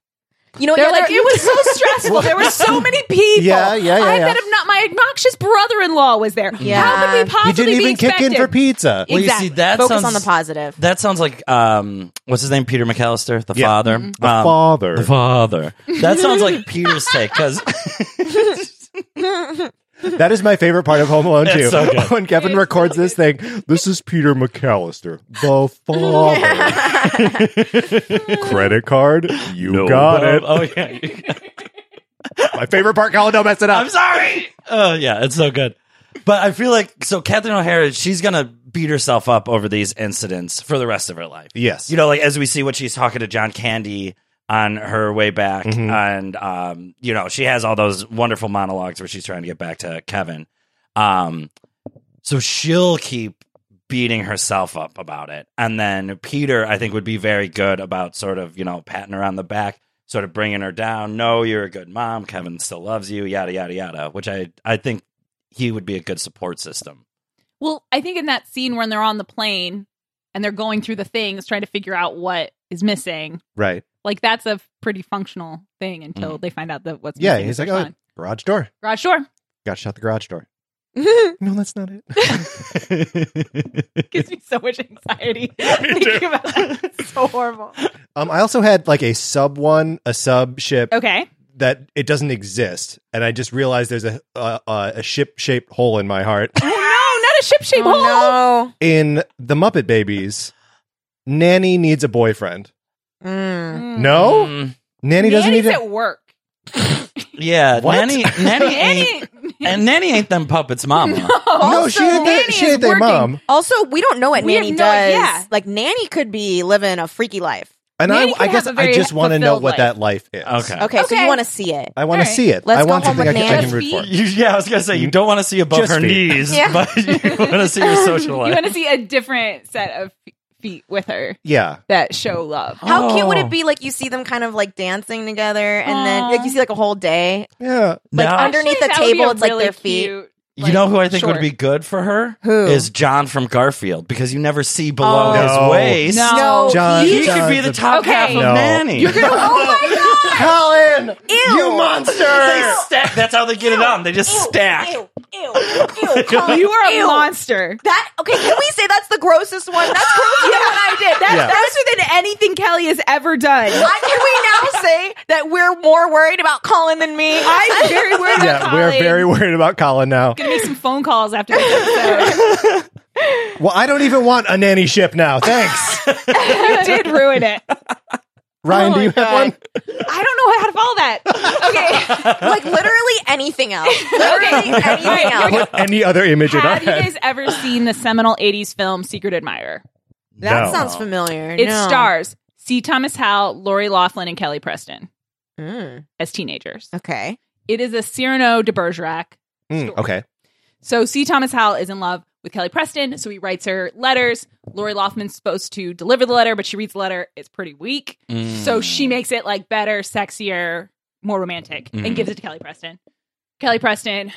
S5: you know,
S6: They're
S5: yeah,
S6: like,
S5: they're-
S6: it was so stressful. There were so many people.
S4: Yeah, yeah, yeah,
S6: I
S4: yeah.
S6: bet if not my obnoxious brother-in-law was there. How
S5: Yeah.
S6: could we possibly
S4: he didn't
S6: be
S4: even kick in
S6: expected?
S4: for pizza.
S3: Well,
S6: Exactly.
S3: you see, that
S5: focus
S3: sounds
S5: on the positive.
S3: That sounds like um, what's his name, Peter McAllister, the
S4: Yeah.
S3: father.
S5: Mm-hmm.
S4: The
S3: Um,
S4: father.
S3: The father. That sounds like Peter's take because
S4: That is my favorite part of Home Alone
S3: It's
S4: too.
S3: so good.
S4: when Kevin records this thing, this is Peter McAllister, the father. Credit card, you got it.
S3: Oh yeah,
S4: My favorite part, Colin, don't mess it up.
S3: I'm sorry. Oh yeah, it's so good. But I feel like so Catherine O'Hara, she's gonna beat herself up over these incidents for the rest of her life.
S4: Yes,
S3: You know, like as we see what she's talking to John Candy on her way back,
S4: Mhm.
S3: and um, you know, she has all those wonderful monologues where she's trying to get back to Kevin. Um, so she'll keep beating herself up about it, and then Peter, I think, would be very good about sort of you know patting her on the back, sort of bringing her down. No, you're a good mom. Kevin still loves you. Yada yada yada. Which I I think he would be a good support system.
S6: Well, I think in that scene when they're on the plane and they're going through the things trying to figure out what is missing,
S4: right?
S6: like that's a pretty functional thing until they find out that what's
S4: Yeah,
S6: missing
S4: he's
S6: is
S4: like,
S6: what's
S4: oh,
S6: on.
S4: garage door.
S6: garage door
S4: Got shut the garage door. No, that's not it.
S6: gives me so much anxiety. Thinking about that. It's so horrible.
S4: um, I also had like a sub one, a sub ship
S6: Okay,
S4: that it doesn't exist, and I just realized there's a uh, uh, a ship shaped hole in my heart.
S6: Oh, no, not a ship shape hole.
S5: Oh
S4: in the Muppet Babies, Nanny needs a boyfriend.
S5: no. Mm.
S6: Hmm.
S4: No,
S3: Mm,
S4: Nanny doesn't
S6: Nanny's
S4: need a
S6: at work.
S3: yeah,
S4: What?
S3: nanny nanny ain't,
S6: Nanny.
S3: and nanny ain't them puppets, mama.
S4: no. She ain't
S6: Nanny
S4: that, she
S6: is
S4: ain't that
S6: working.
S4: mom.
S5: Also, we don't know what
S6: We have
S5: Nanny
S6: no-
S5: does.
S6: yeah.
S5: Like Nanny could be living a freaky life.
S4: And
S6: Nanny
S4: I, I
S6: could
S4: guess
S6: have a very
S4: I just want to know
S6: fulfilled
S4: what
S6: life.
S4: that life is.
S3: Okay.
S5: Okay, so
S6: Okay.
S5: you want to see it.
S4: I want
S6: All
S4: to
S6: right.
S4: see it.
S5: Let's
S4: I
S5: go
S4: want
S5: home
S4: something I
S5: with
S4: can, I can
S6: Nanny.
S4: root for.
S3: You, yeah, I was gonna say you don't want to see above
S4: Just
S3: her
S4: feet.
S3: knees,
S5: Yeah.
S3: but you want to see her social
S6: You
S3: life.
S6: want to see a different set of fe- feet with her
S4: Yeah.
S6: that show love.
S5: How cute would
S3: Oh.
S5: it be? Like you see them kind of like dancing together, and then
S6: Aw.
S5: like you see like a whole day.
S4: Yeah.
S5: Like
S3: Now-
S5: underneath
S6: Actually,
S5: the
S6: that would be
S5: table,
S6: a
S5: it's like
S6: really
S5: their feet.
S6: cute,
S3: you
S6: like,
S3: know who I think would
S6: short.
S3: be good for her
S5: Who?
S3: is John from Garfield because you never see below
S4: Oh. No.
S3: his waist.
S6: No.
S5: No,
S4: John,
S3: He
S4: John,
S3: could be the top
S6: Okay.
S3: half of
S4: No.
S3: Nanny.
S4: You're gonna-
S6: Oh
S4: Colin, you monster!
S3: They stack. That's how they get it on. They just stack.
S5: Ew, ew, ew, Colin,
S6: You are a
S5: ew.
S6: monster.
S5: That okay? Can we say that's the grossest one? That's grosser than what I did.
S6: That's
S4: Yeah.
S6: grosser than anything Kelly has ever done.
S5: I, can we now say that we're more worried about Colin than me?
S6: I'm very worried about
S4: Yeah, we're
S6: Colin.
S4: very worried about Colin now.
S6: Gonna make some phone calls after this
S4: Well, I don't even want a nanny ship now. Thanks.
S6: episode. you did ruin it.
S4: Ryan,
S5: Oh
S4: do
S5: my
S4: you have
S5: God.
S4: one?
S6: I don't know how to follow that. Okay.
S5: like literally anything else. Literally anything
S6: Alright,
S5: else.
S4: Put any other image in our
S6: Have you
S4: head.
S6: guys ever seen the seminal 80s film Secret Admirer?
S5: That
S4: No.
S5: sounds familiar.
S6: It
S5: no.
S6: stars C. Thomas Howell, Lori Laughlin, and Kelly Preston
S5: Mm,
S6: as teenagers.
S5: okay.
S6: It is a Cyrano de Bergerac.
S4: Mm, okay.
S6: So C. Thomas Howell is in love with Kelly Preston, so he writes her letters. Lori Laughlin's supposed to deliver the letter, but she reads the letter. It's pretty weak. So she makes it like better, sexier, more romantic,
S3: Mm.
S6: and gives it to Kelly Preston. Kelly Preston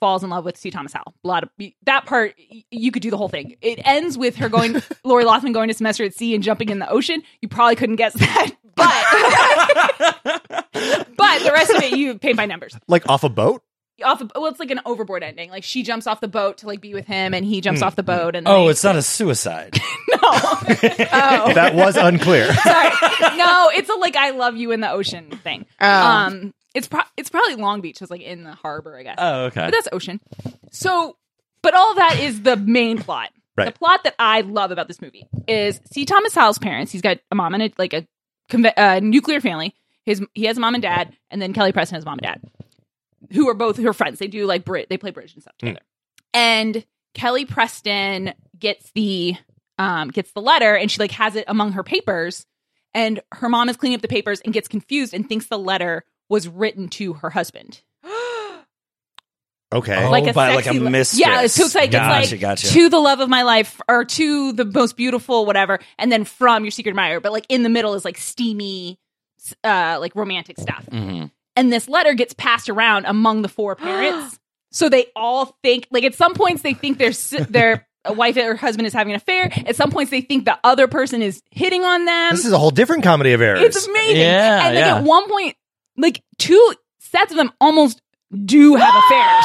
S6: falls in love with C. Thomas Howell. A lot of that part, y- you could do the whole thing. It ends with her going, Lori Laughlin going to semester at sea and jumping in the ocean. You probably couldn't guess that, but but the rest of it, you paint by numbers.
S4: Like off a boat?
S6: Off, of, well, it's like an overboard ending. Like she jumps off the boat to like be with him, and he jumps off the boat, and
S3: Oh,
S6: they-
S3: it's not a suicide.
S6: oh.
S4: That was unclear.
S6: Sorry. No, it's a like I love you in the ocean thing.
S5: Oh.
S6: Um, it's pro- it's probably Long Beach was like in the harbor, I guess.
S3: oh, okay.
S6: But that's ocean. So, but all that is the main plot.
S4: Right.
S6: The plot that I love about this movie is see Thomas Howell's parents. He's got a mom and a, like a conve- uh, nuclear family. His he has a mom and dad, and then Kelly Preston has a mom and dad, who are both her friends. They do like Brit. They play bridge and stuff together. And Kelly Preston gets the um gets the letter, and she like has it among her papers. And her mom is cleaning up the papers and gets confused and thinks the letter was written to her husband.
S4: Okay.
S3: Oh,
S6: like a
S3: by,
S6: sexy
S3: like a
S6: le-
S3: mistress.
S6: Yeah, so it's like
S3: Gotcha,
S6: it's like
S3: gotcha.
S6: to the love of my life or to the most beautiful whatever, and then from your secret admirer. But like in the middle is like steamy, s- uh, like romantic stuff.
S3: Mhm.
S6: And this letter gets passed around among the four parents, so they all think like at some points they think their s- their wife or husband is having an affair. At some points they think the other person is hitting on them.
S4: this is a whole different comedy of errors.
S6: It's amazing.
S3: Yeah,
S6: and like
S3: yeah.
S6: at one point, like two sets of them almost do have affairs.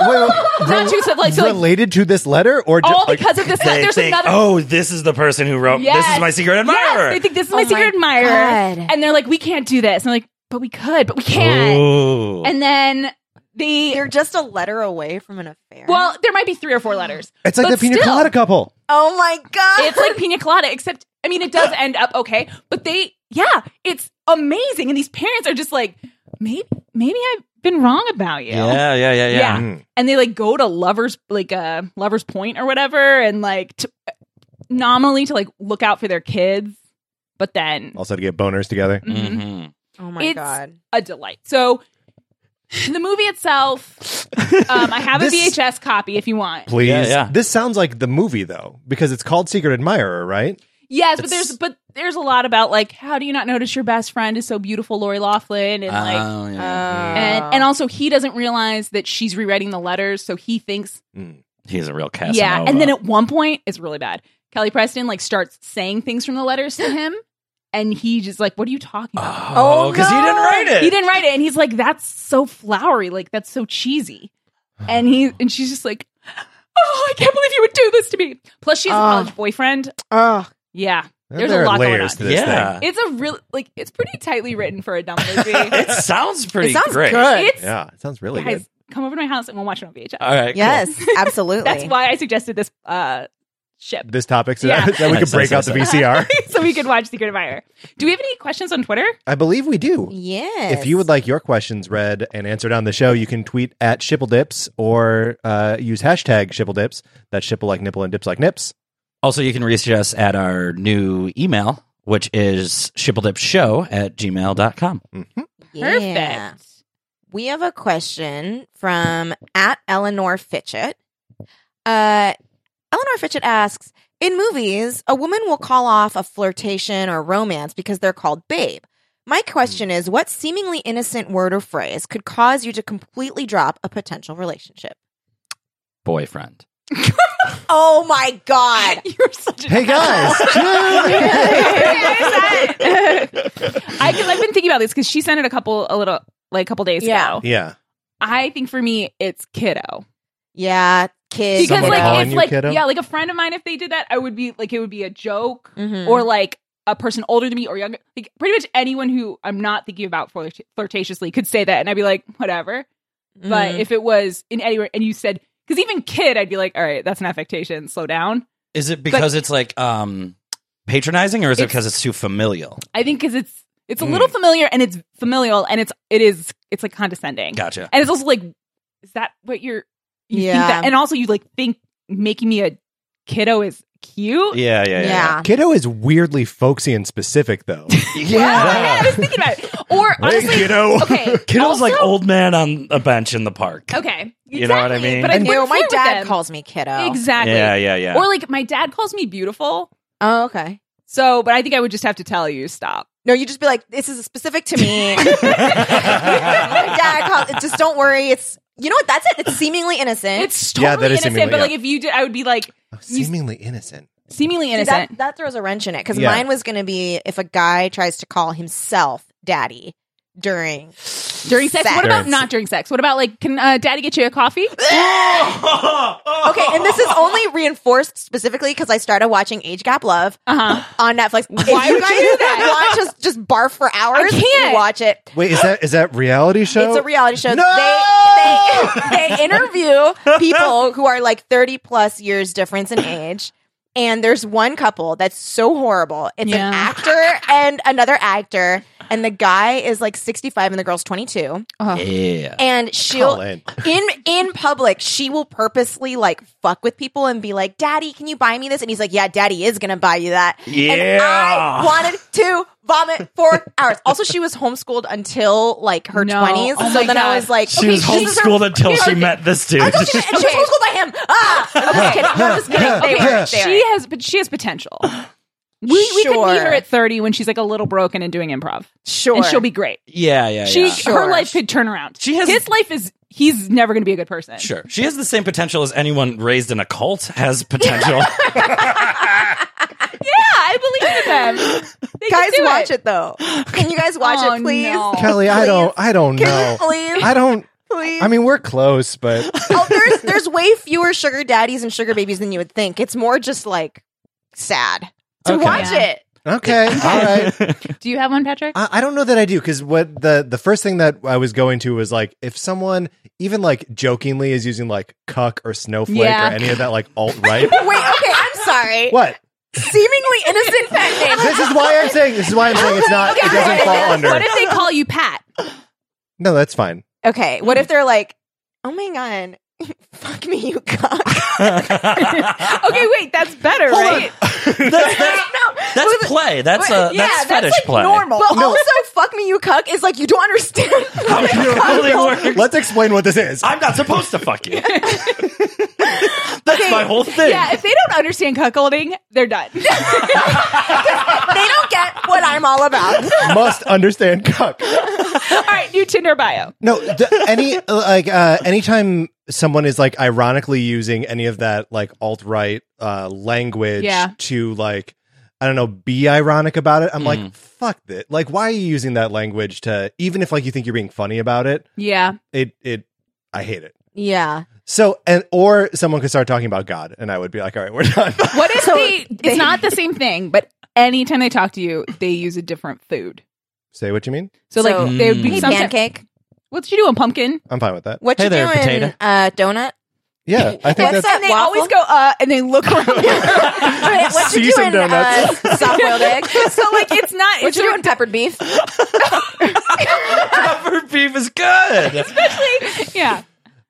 S4: Well,
S6: Not two sets, like Oh, so like,
S4: related to this letter or just
S6: all
S4: like,
S6: because of this.
S3: They
S6: There's
S3: think,
S6: another.
S3: oh, this is the person who wrote. Oh, This
S6: Yes.
S3: is my secret admirer.
S6: Yes, they think this is my
S7: Oh my
S6: secret admirer,
S7: God.
S6: and they're like, we can't do this. And I'm like, but we could, but we can't.
S3: Ooh.
S6: And then they,
S5: You're just a letter away from an affair.
S6: well, there might be three or four letters.
S4: it's like
S6: but
S4: the pina
S6: still.
S4: colada couple.
S5: oh my god,
S6: It's like pina colada, except I mean, it does end up okay. But they, yeah, it's amazing. And these parents are just like, maybe, maybe I've been wrong about you.
S3: yeah, yeah, yeah, yeah.
S6: Yeah.
S4: Mm.
S6: and they like go to lovers like uh lovers point or whatever and like to, uh, nominally to like look out for their kids but then
S3: Oh,
S4: Also to get boners together.
S6: Mhm.
S3: Mhm.
S5: oh my
S6: it's-
S5: god.
S6: a delight so the movie itself um i have a
S4: This-
S6: vhs copy if you want
S4: Please.
S3: Yeah, yeah.
S4: This sounds like the movie though, because it's called Secret Admirer, right?
S6: yes but
S3: it's-
S6: there's but there's a lot about like how do you not notice your best friend is so beautiful lori laughlin and like uh,
S3: Oh,
S5: Uh,
S3: yeah.
S6: and and also he doesn't realize that she's rewriting the letters so he thinks
S4: Hmm.
S3: He's a real Casanova.
S6: Yeah, and then at one point, it's really bad. Kelly Preston like starts saying things from the letters to him, and he just like, "What are you talking about?"
S3: oh, because he didn't write it.
S6: He didn't write it, and he's like, "That's so flowery, like that's so cheesy," and he and she's just like, "Oh, I can't believe you would do this to me." Plus, she's a
S5: Ah.
S6: college boyfriend.
S5: oh,
S6: Yeah,
S4: There-
S6: There's
S4: there
S6: a
S4: are
S6: lot going
S4: layers
S6: on.
S4: to this
S3: Yeah.
S4: thing.
S6: it's a real like it's pretty tightly written for a dumb movie. it's
S3: It sounds pretty
S5: it sounds
S3: great.
S5: good.
S6: it's
S4: Yeah, it sounds really
S6: guys,
S4: good.
S6: come over to my house and we'll watch it on VHS.
S3: All right.
S5: yes, absolutely.
S6: That's why I suggested this uh ship.
S4: This topic, so
S6: Yeah.
S4: that, that we
S3: Nice,
S4: could break
S3: nice,
S4: out
S3: nice,
S4: the VCR.
S6: so we could watch Secret Admirer. Do we have any questions on Twitter?
S4: I believe we do.
S5: Yes.
S4: If you would like your questions read and answered on the show, you can tweet at Shippledips or uh, use hashtag Shippledips. That's Shipple like nipple and dips like nips.
S3: Also, you can reach us at our new email, which is shippledipshow at gmail.com.
S4: Mm-hmm.
S5: Yeah. We have a question from at Eleanor Fitchett. Uh, Eleanor Fitchett asks In movies, a woman will call off a flirtation or romance because they're called babe. My question is what seemingly innocent word or phrase could cause you to completely drop a potential relationship?
S3: Boyfriend.
S5: Oh my God.
S6: You're such a
S4: Hey guys,
S6: I, cause I've been thinking about this because she sent it a couple, a little, like a couple days
S5: Yeah.
S6: ago.
S4: yeah,
S6: I think for me, it's kiddo
S5: Yeah, kids.
S6: because
S4: Someone
S6: like
S4: calling
S6: it's
S4: you
S6: like
S4: kiddo?
S6: yeah, like a friend of mine. If they did that, I would be like it would be a joke
S5: Mhm.
S6: or like a person older than me or younger. Like pretty much anyone who I'm not thinking about flirt- flirtatiously could say that, and I'd be like whatever. But
S5: Mhm.
S6: if it was in anywhere and you said because even kid, I'd be like all right, that's an affectation. Slow down.
S3: Is it because it's like um patronizing or is it
S6: It's-
S3: because it's too familial?
S6: I think because it's it's a little
S4: Mm.
S6: familiar and it's familial and it's it is it's like condescending
S3: Gotcha.
S6: and it's also like is that what you're you
S5: Yeah.
S6: think that and also you like think making me a kiddo is cute
S3: Yeah, yeah, yeah.
S5: yeah.
S4: kiddo is weirdly folksy and specific though.
S3: yeah.
S6: Well, yeah, I was thinking about it or honestly
S4: kiddo.
S6: okay
S3: Kiddo's
S6: also-
S3: like old man on a bench in the park.
S6: okay
S3: You know what I
S6: exactly,
S3: mean?
S6: but I
S5: I know
S6: wouldn't
S5: my
S6: flirt with
S5: dad
S6: them.
S5: calls me kiddo.
S6: exactly
S3: Yeah, yeah, yeah.
S6: or like my dad calls me beautiful
S5: Oh, okay.
S6: so but I think I would just have to tell you stop
S5: No, you just be like, this is specific to me. yeah, I call, just don't worry. It's you know what? That's it. It's seemingly innocent.
S6: it's totally
S4: Yeah, that is
S6: innocent
S4: seemingly-
S6: but like
S4: yeah.
S6: if you did I would be like
S4: Oh, Seemingly innocent.
S6: seemingly
S5: See,
S6: innocent
S5: that, that throws a wrench in it because
S4: Yeah.
S5: mine was going to be if a guy tries to call himself daddy, during
S6: during sex. What about
S4: During-
S6: not during sex? What about like, can uh, daddy get you a coffee?
S5: Okay, and this is only reinforced specifically because I started watching Age Gap Love
S6: Uh-huh.
S5: on Netflix.
S6: Why would I do that?
S5: Want to just barf for hours?
S6: I can't.
S5: you watch it.
S4: Wait, is that is that reality show?
S5: It's a reality show.
S4: No!
S5: They, they they interview people who are like 30 plus years difference in age. And there's one couple that's so horrible. It's
S6: Yeah.
S5: an actor and another actor. And the guy is like 65 and the girl's 22.
S4: Uh-huh.
S3: Yeah.
S5: And she'll
S4: Colin.
S5: in in public, she will purposely like fuck with people and be like, "Daddy, can you buy me this?" And he's like, "Yeah, Daddy is gonna buy you that." And I
S3: Yeah.
S5: wanted to vomit for hours. Also, she was homeschooled until like her
S6: No.
S5: twenties,
S6: Oh
S5: so
S6: my
S5: then
S6: God.
S5: I was like,
S3: She
S5: okay,
S3: was
S5: this is her-
S3: homeschooled until she
S5: Okay.
S3: met this dude.
S5: Until she, and she was homeschooled by him. Ah, I'm just kidding. No, I'm just kidding.
S4: Okay.
S5: They were-
S6: She
S5: they were.
S6: has, but she has potential. We, we could meet
S5: Sure.
S6: her at 30 when she's like a little broken and doing improv.
S5: sure,
S6: And she'll be great.
S3: yeah, yeah,
S6: She
S3: yeah.
S5: Sure.
S6: her life could turn around.
S3: She has-
S6: his life is he's never going to be a good person.
S3: Sure. She has the same potential as anyone raised in a cult has potential.
S6: Yeah, I believe in them. They can
S5: guys
S6: do
S5: watch it. though. Can you guys watch
S6: Oh,
S5: it, please?
S6: no.
S4: Kelly, I don't I don't
S5: Can
S4: know.
S5: you please?
S4: I don't
S5: Please.
S4: I mean we're close, but
S5: oh, there's there's way fewer sugar daddies and sugar babies than you would think. It's more just like sad to
S4: Okay.
S5: watch
S6: Yeah.
S5: it.
S4: okay. All right.
S6: Do you have one, Patrick?
S4: I, I don't know that I do because what the the first thing that I was going to was like if someone even like jokingly is using like cuck or snowflake
S6: Yeah.
S4: or any of that like alt right.
S5: Wait, okay, I'm sorry.
S4: what?
S5: Seemingly innocent pet names.
S4: This is why I'm saying this is why I'm saying it's not it doesn't fall under.
S6: What if they call you Pat?
S4: No, that's fine.
S5: Okay, what if they're like, oh my god, fuck me, you cock.
S6: Okay, wait, that's better, right?
S3: That's, that's, that's play. That's
S5: Wait,
S3: a
S5: yeah,
S3: that's
S5: that's,
S3: fetish
S5: like,
S3: play.
S5: Normal. But also, fuck me, you cuck is like you don't understand.
S3: Totally works.
S4: Let's explain what this is.
S3: I'm not supposed to fuck you. that's my whole thing.
S6: Yeah, if they don't understand cuckolding, they're done.
S5: they don't get what I'm all about.
S4: Must understand cuck.
S6: All right, new Tinder bio.
S4: No, th- any like uh anytime someone is like ironically using any of that like alt right uh language
S6: Yeah.
S4: to like I don't know be ironic about it. I'm like fuck that. Like why are you using that language to even if like you think you're being funny about it?
S6: Yeah.
S4: It it I hate it.
S5: Yeah.
S4: So and or someone could start talking about God and I would be like all right, we're done.
S6: What if
S5: So
S6: they,
S5: they-
S6: it's not the same thing, but anytime they talk to you, they use a different food.
S4: Say what you mean?
S6: So, mm.
S5: So-
S6: like they would be
S5: Hey,
S6: sometime-
S5: pancake.
S6: What you doing, pumpkin?
S4: I'm fine with that.
S5: What
S3: Hey
S5: you
S3: there,
S5: doing?
S3: potato.
S5: Uh, donut.
S4: Yeah, I think
S5: What's
S4: that's
S5: that
S6: And they
S5: waffle?
S6: always go uh and they look around.
S5: Wait, what you
S4: Seasoned
S5: doing? Uh,
S4: donuts.
S5: soft boiled egg.
S6: so like it's not
S5: What
S6: it's
S5: you doing? Peppered beef.
S3: Peppered beef is good.
S6: especially yeah.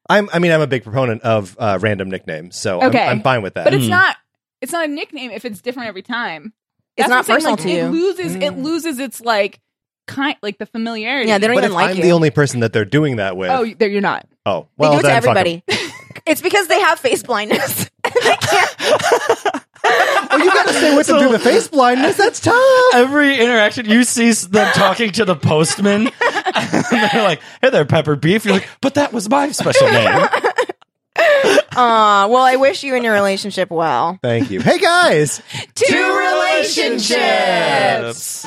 S4: I'm I mean I'm a big proponent of uh random nicknames. So I'm-
S6: Okay.
S4: I'm, fine with that.
S6: But it's not it's not a nickname if it's different every time.
S5: It's
S6: That's
S5: not
S6: what I'm
S5: personal
S6: saying,
S5: to you.
S6: like, It loses it loses its like kind like the familiarity.
S5: Yeah, they don't
S4: But
S5: even
S4: if
S5: like
S4: I'm
S5: you.
S4: the only person that they're doing that with.
S6: Oh, there you're not.
S4: Oh, well,
S5: they do it to
S4: then fuck 'em.
S5: everybody. it's because they have face blindness. they can't.
S4: Oh, you gotta stay with them through the face blindness. That's tough.
S3: Every interaction you see them talking to the postman, and they're like, "Hey there, peppered beef." You're like, "But that was my special name."
S5: Aw, Uh, well, I wish you and your relationship well.
S4: Thank you. Hey guys,
S6: Two
S3: relationships.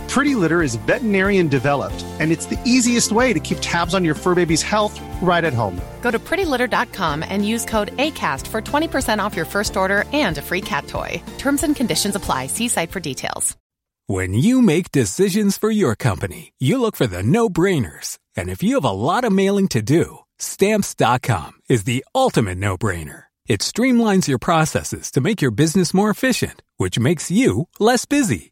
S10: Pretty Litter is veterinarian developed, and it's the easiest way to keep tabs on your fur baby's health right at home.
S1: Go to prettylitter.com and use code ACAST for 20% off your first order and a free cat toy. Terms and conditions apply. See site for details.
S3: When you make decisions for your company, you look for the no brainers. And if you have a lot of mailing to do, stamps.com is the ultimate no brainer. It streamlines your processes to make your business more efficient, which makes you less busy.